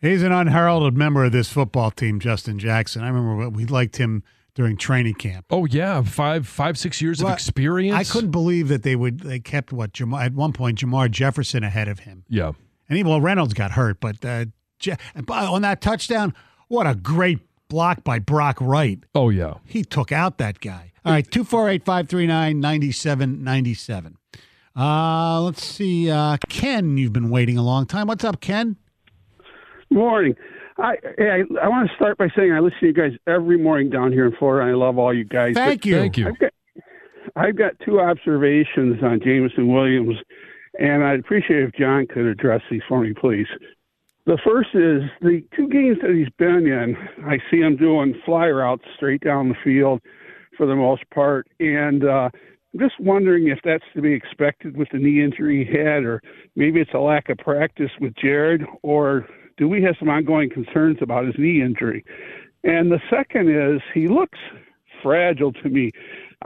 He's an unheralded member of this football team, Justin Jackson. I remember we liked him during training camp. Oh yeah, five five six years Well, of experience. I couldn't believe that they would they kept what Jamar at one point Jamar Jefferson ahead of him. Yeah, And even well Reynolds got hurt, but uh, Je- and by- on that touchdown, what a great block by Brock Wright. oh yeah. He took out that guy. All right, 248-539-9797. Uh, let's see. Uh, Ken, you've been waiting a long time. What's up, Ken? Morning. I I, I want to start by saying I listen to you guys every morning down here in Florida. and I love all you guys. But Thank you. Thank you. I've got two observations on Jameson Williams, and I'd appreciate if John could address these for me, please. The first is the two games that he's been in, I see him doing fly routes straight down the field for the most part. And uh, I'm just wondering if that's to be expected with the knee injury he had, or maybe it's a lack of practice with Jared, or do we have some ongoing concerns about his knee injury? And the second is he looks fragile to me.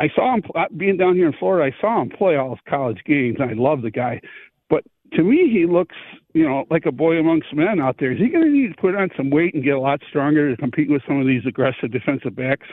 I saw him pl- being down here in Florida. I saw him play all of college games. and I love the guy, but to me, he looks you know like a boy amongst men out there. Is he going to need to put on some weight and get a lot stronger to compete with some of these aggressive defensive backs?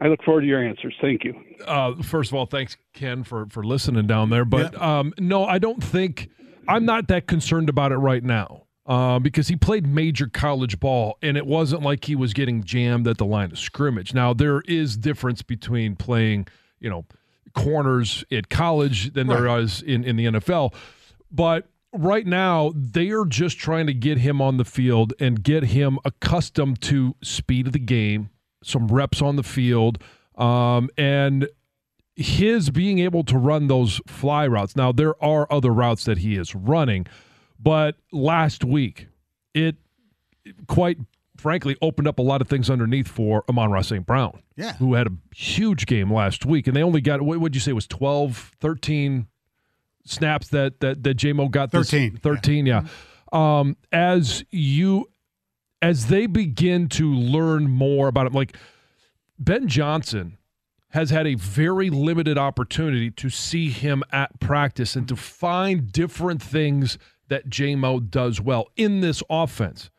I look forward to your answers. Thank you. uh, first of all, thanks Ken for for listening down there. But um, no, I don't think I'm not that concerned about it right now uh, because he played major college ball, and it wasn't like he was getting jammed at the line of scrimmage. Now there is difference between playing, you know, corners at college than there is in in the NFL, but. Right now, they are just trying to get him on the field and get him accustomed to speed of the game, some reps on the field, um, and his being able to run those fly routes. Now there are other routes that he is running, but last week it quite frankly opened up a lot of things underneath for Amon Ross St. Brown. Yeah. Who had a huge game last week and they only got what would you say was 12, 13 snaps that that that JMO got this- 13, yeah. 13, yeah. Um as you as they begin to learn more about it like Ben Johnson has had a very limited opportunity to see him at practice and to find different things that JMO does well in this offense.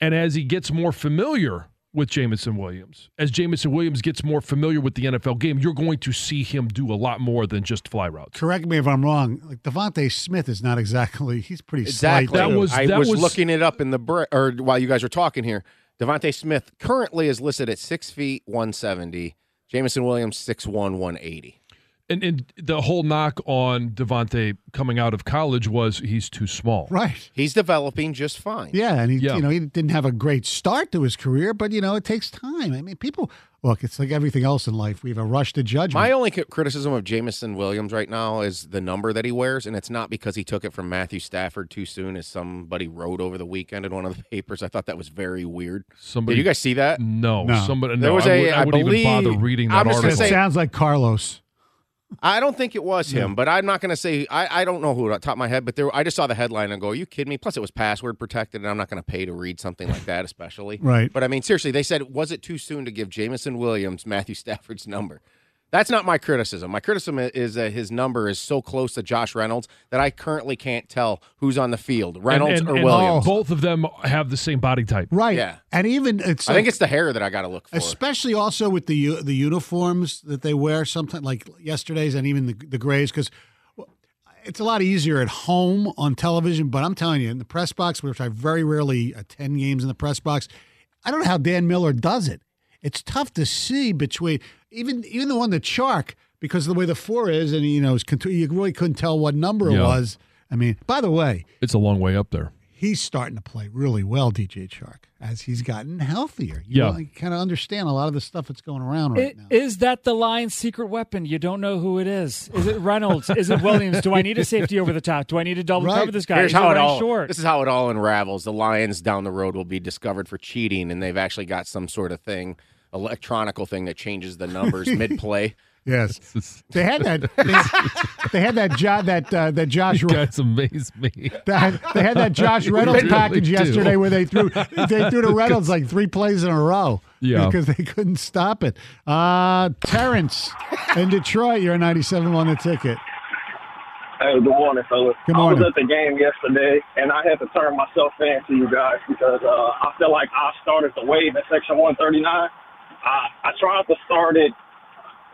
And as he gets more familiar with Jamison Williams, as Jamison Williams gets more familiar with the NFL game, you're going to see him do a lot more than just fly routes. Correct me if I'm wrong. Like Devontae Smith is not exactly. He's pretty Exactly. slight. That was- I that was, was- looking it up in the br- or while you guys were talking here. Devontae Smith currently is listed at six feet one seventy. Jamison Williams six one one eighty. And, and the whole knock on Devontae coming out of college was he's too small. right. He's developing just fine. Yeah, and he, Yeah. you know, he didn't have a great start to his career, but you know, it takes time. I mean, people look. It's like everything else in life. We have a rush to judgment. My only c- criticism of Jamison Williams right now is the number that he wears, and it's not because he took it from Matthew Stafford too soon, as somebody wrote over the weekend in one of the papers. I thought that was very weird. Somebody Did you guys see that? No, No. somebody. There no, was I a- would, I I wouldn't even bother believe- reading that I'm just gonna it article. say- sounds like Carlos. I don't think it was Hmm. him, but I'm not going to say. I, I don't know who at the top of my head, but there. I just saw the headline and go, "Are you kidding me?" Plus, it was password protected, and I'm not going to pay to read something like that, especially. Right. But I mean, seriously, they said, "Was it too soon to give Jamison Williams Matthew Stafford's number?" That's not my criticism. My criticism i- is that his number is so close to Josh Reynolds that I currently can't tell who's on the field, Reynolds and, or and- oh, and Williams. Both of them have the same body type. Right. Yeah. And even it's. I like- think it's the hair that I got to look for. especially also with the u- the uniforms that they wear sometimes like yesterday's and even the, the grays because it's a lot easier at home on television but i'm telling you in the press box which i very rarely attend games in the press box i don't know how dan miller does it it's tough to see between even even the one the chark because of the way the four is and you know it's contu- you really couldn't tell what number it Yeah. was i mean by the way It's a long way up there. he's starting to play really well, DJ Shark, as he's gotten healthier. You Yeah. know, you kind of understand a lot of the stuff that's going around right I- now. Is that the Lions' secret weapon? You don't know who it is. Is it Reynolds? is it Williams? Do I need a safety over the top? Do I need to double Right. cover this guy? Here's is it how it Ryan all. Short? This is how it all unravels. The Lions down the road will be discovered for cheating, and they've actually got some sort of thing, electronical thing that changes the numbers mid-play. yes, they had that. They, they had that job that uh, that Josh. You guys amaze me. That, they had that Josh Reynolds really package do. yesterday where they threw they threw to Reynolds like three plays in a row Yeah. because they couldn't stop it. Uh, Terrence in Detroit, you're 97 on the ticket. Hey, good morning, fellas. Good I morning. was at the game yesterday, and I had to turn myself in to you guys because uh, I feel like I started the wave at Section 139. I, I tried to start it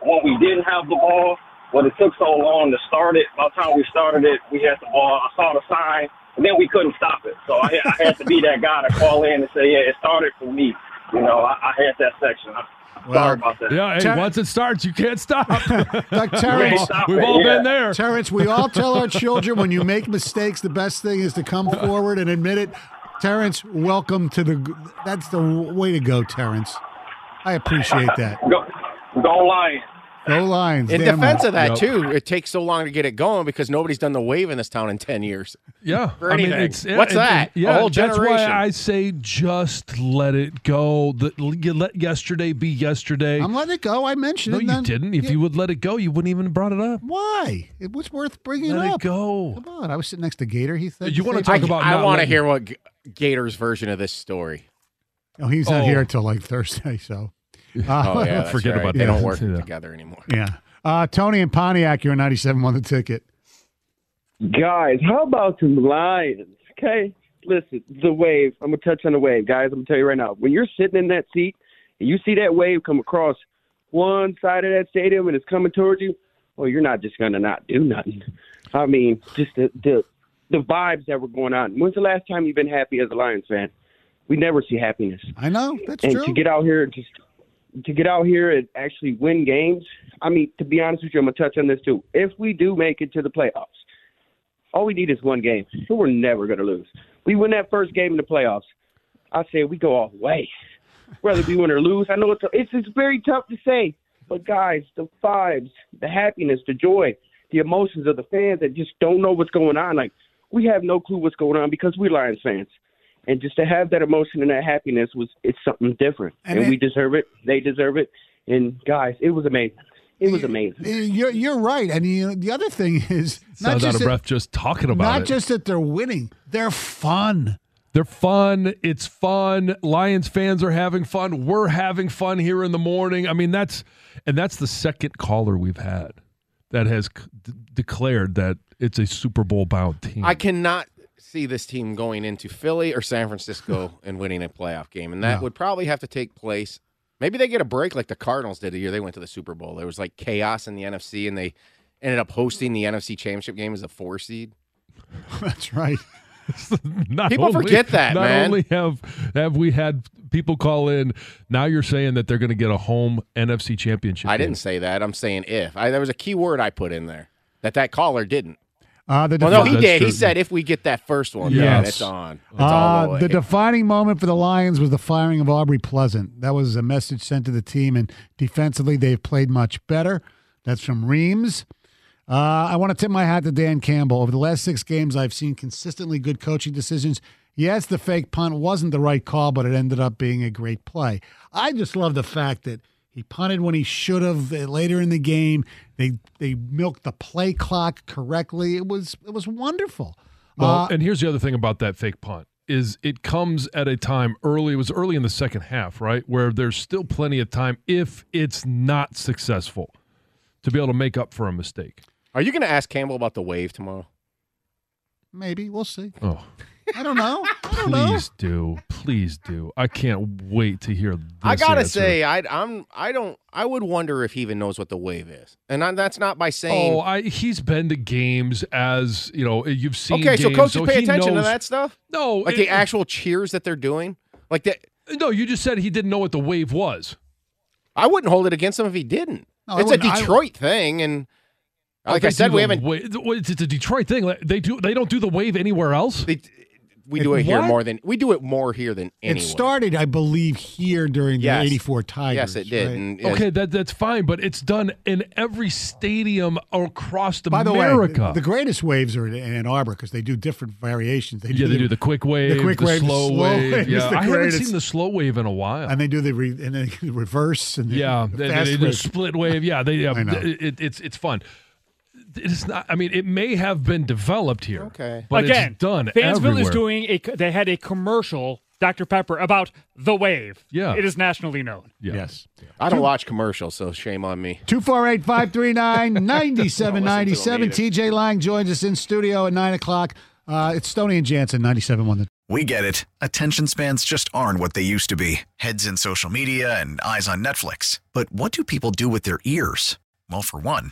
when we didn't have the ball, but it took so long to start it. By the time we started it, we had the ball. I saw the sign, and then we couldn't stop it. So I, I had to be that guy to call in and say, yeah, it started for me. You know, I, I had that section. I, am sorry about that. Yeah, hey, Ter- once it starts, you can't stop. Doug We ain't Terrence, stopping, We've all yeah. been there. Terrence, we all tell our children when you make mistakes, the best thing is to come forward and admit it. Terrence, welcome to the. That's the way to go, Terrence. I appreciate that. Go, go Lions. Go Lions. In damn defense right. of that Yep. too, it takes so long to get it going because nobody's done the wave in this town in ten years. Yeah. for anything. What's that? A yeah, whole that's why generation. I say just let it go. The, you let yesterday be yesterday. I'm letting it go. I mentioned no, it. you then- didn't. If Yeah. you would let it go, you wouldn't even have brought it up. why? It was worth bringing Let up. it go. Come on, I was sitting next to Gator. He said, You wanna said- talk about- I not want to letting- hear what G- Gator's version of this story. Oh, he's not Oh. here till like Thursday. So, Oh Uh, yeah, that's forget right. about they that. don't work Yeah. together anymore. yeah. Uh, Tony and Pontiac, you're 97 on the ticket. Guys, how about the Lions? Okay, listen, the wave. I'm gonna touch on the wave, guys. I'm gonna tell you right now. When you're sitting in that seat and you see that wave come across one side of that stadium and it's coming towards you, well, you're not just gonna not do nothing. I mean, just the the, the vibes that were going on. When's the last time you've been happy as a Lions fan? We never see happiness, I know that's and true. to get out here and just to get out here and actually win games. I mean, to be honest with you, I'm gonna touch on this too. If we do make it to the playoffs. All we need is one game. So we're never going to lose. We win that first game in the playoffs. I say we go all the way. Whether we win or lose, I know it's it's, it's very tough to say. But guys, the vibes, the happiness, the joy, the emotions of the fans that just don't know what's going on. Like we have no clue what's going on because we're Lions fans. And just to have that emotion and that happiness was it's something different. And And, it- we deserve it. They deserve it. And guys, it was amazing. It was amazing. Eh, You're you're right, and you know, the other thing is not Sounds out just of that, breath just talking about not it. just that they're winning, they're fun. They're fun. It's fun. Lions fans are having fun. We're having fun here in the morning. I mean, that's and that's the second caller we've had that has c- d- declared that it's a Super Bowl bound team. I cannot see this team going into Philly or San Francisco and winning a playoff game, and that would probably have to take place. Maybe they get a break like the Cardinals did the year they went to the Super Bowl. There was like chaos in the NFC, and they ended up hosting the NFC Championship game as a four seed. That's right. Not People only- forget that, Not man. only have have we had people call in, now you're saying that they're going to get a home NFC championship. I game. didn't say that. I'm saying if. I, there was a key word I put in there that that caller didn't. Uh, the Well, no, he That's did. true. He said if we get that first one, yeah, Yes. then it's on. It's all the Uh, way. the defining moment for the Lions was the firing of Aubrey Pleasant. That was a message sent to the team, and defensively, they've played much better. That's from Reams. Uh, I want to tip my hat to Dan Campbell. Over the last six games, I've seen consistently good coaching decisions. Yes, the fake punt wasn't the right call, but it ended up being a great play. I just love the fact that he punted when he should have uh, later in the game. They they milked the play clock correctly. It was it was wonderful. Well, Uh, and here's the other thing about that fake punt is it comes at a time early. It was early in the second half, right, where there's still plenty of time if it's not successful to be able to make up for a mistake. Are you going to ask Campbell about the wave tomorrow? maybe we'll see. Oh, I don't know. I don't know. please do, please do. I can't wait to hear. This I gotta answer. say, I, I'm I don't I would wonder if he even knows what the wave is, and I, that's not by saying. Oh, I, he's been to games as you know. You've seen. okay, so games, coaches so pay he attention knows- to that stuff, No, like it- the actual cheers that they're doing. Like that, No, you just said he didn't know what the wave was. I wouldn't hold it against him if he didn't. No, I it's a wouldn't- I- Detroit thing, and like I They said, do we the haven't. wa- it's it's a Detroit thing. Like, They do. They don't do the wave anywhere else. They, we do it here what? more than we do it more here than It anywhere. started, I believe, here during the Yes. '84 Tigers. yes, it did. right? And, yes. Okay, that that's fine, but it's done in every stadium across By the America. way, the greatest waves are in Ann Arbor because they do different variations. They yeah, do they the, do the quick wave, the, quick wave, the slow slow wave. wave is Yeah, the I haven't greatest. seen the slow wave in a while. and they do the re, and then the reverse and the, yeah, the they, fast they do wave. split wave. Yeah, they, yeah I know. It, it's it's fun. It's not. I mean, it may have been developed here. Okay. but Again, it's done. Fansville everywhere. is doing a. They had a commercial, Dr Pepper, about the wave. Yeah. it is nationally known. Yeah. Yes. I don't watch commercials, so shame on me. 248 539 9797. Don't listen TJ Lang joins us in studio at 9 o'clock. Uh, it's Stoney and Jansen, 97 on the. We get it. Attention spans just aren't what they used to be heads in social media and eyes on Netflix. But what do people do with their ears? Well, for one,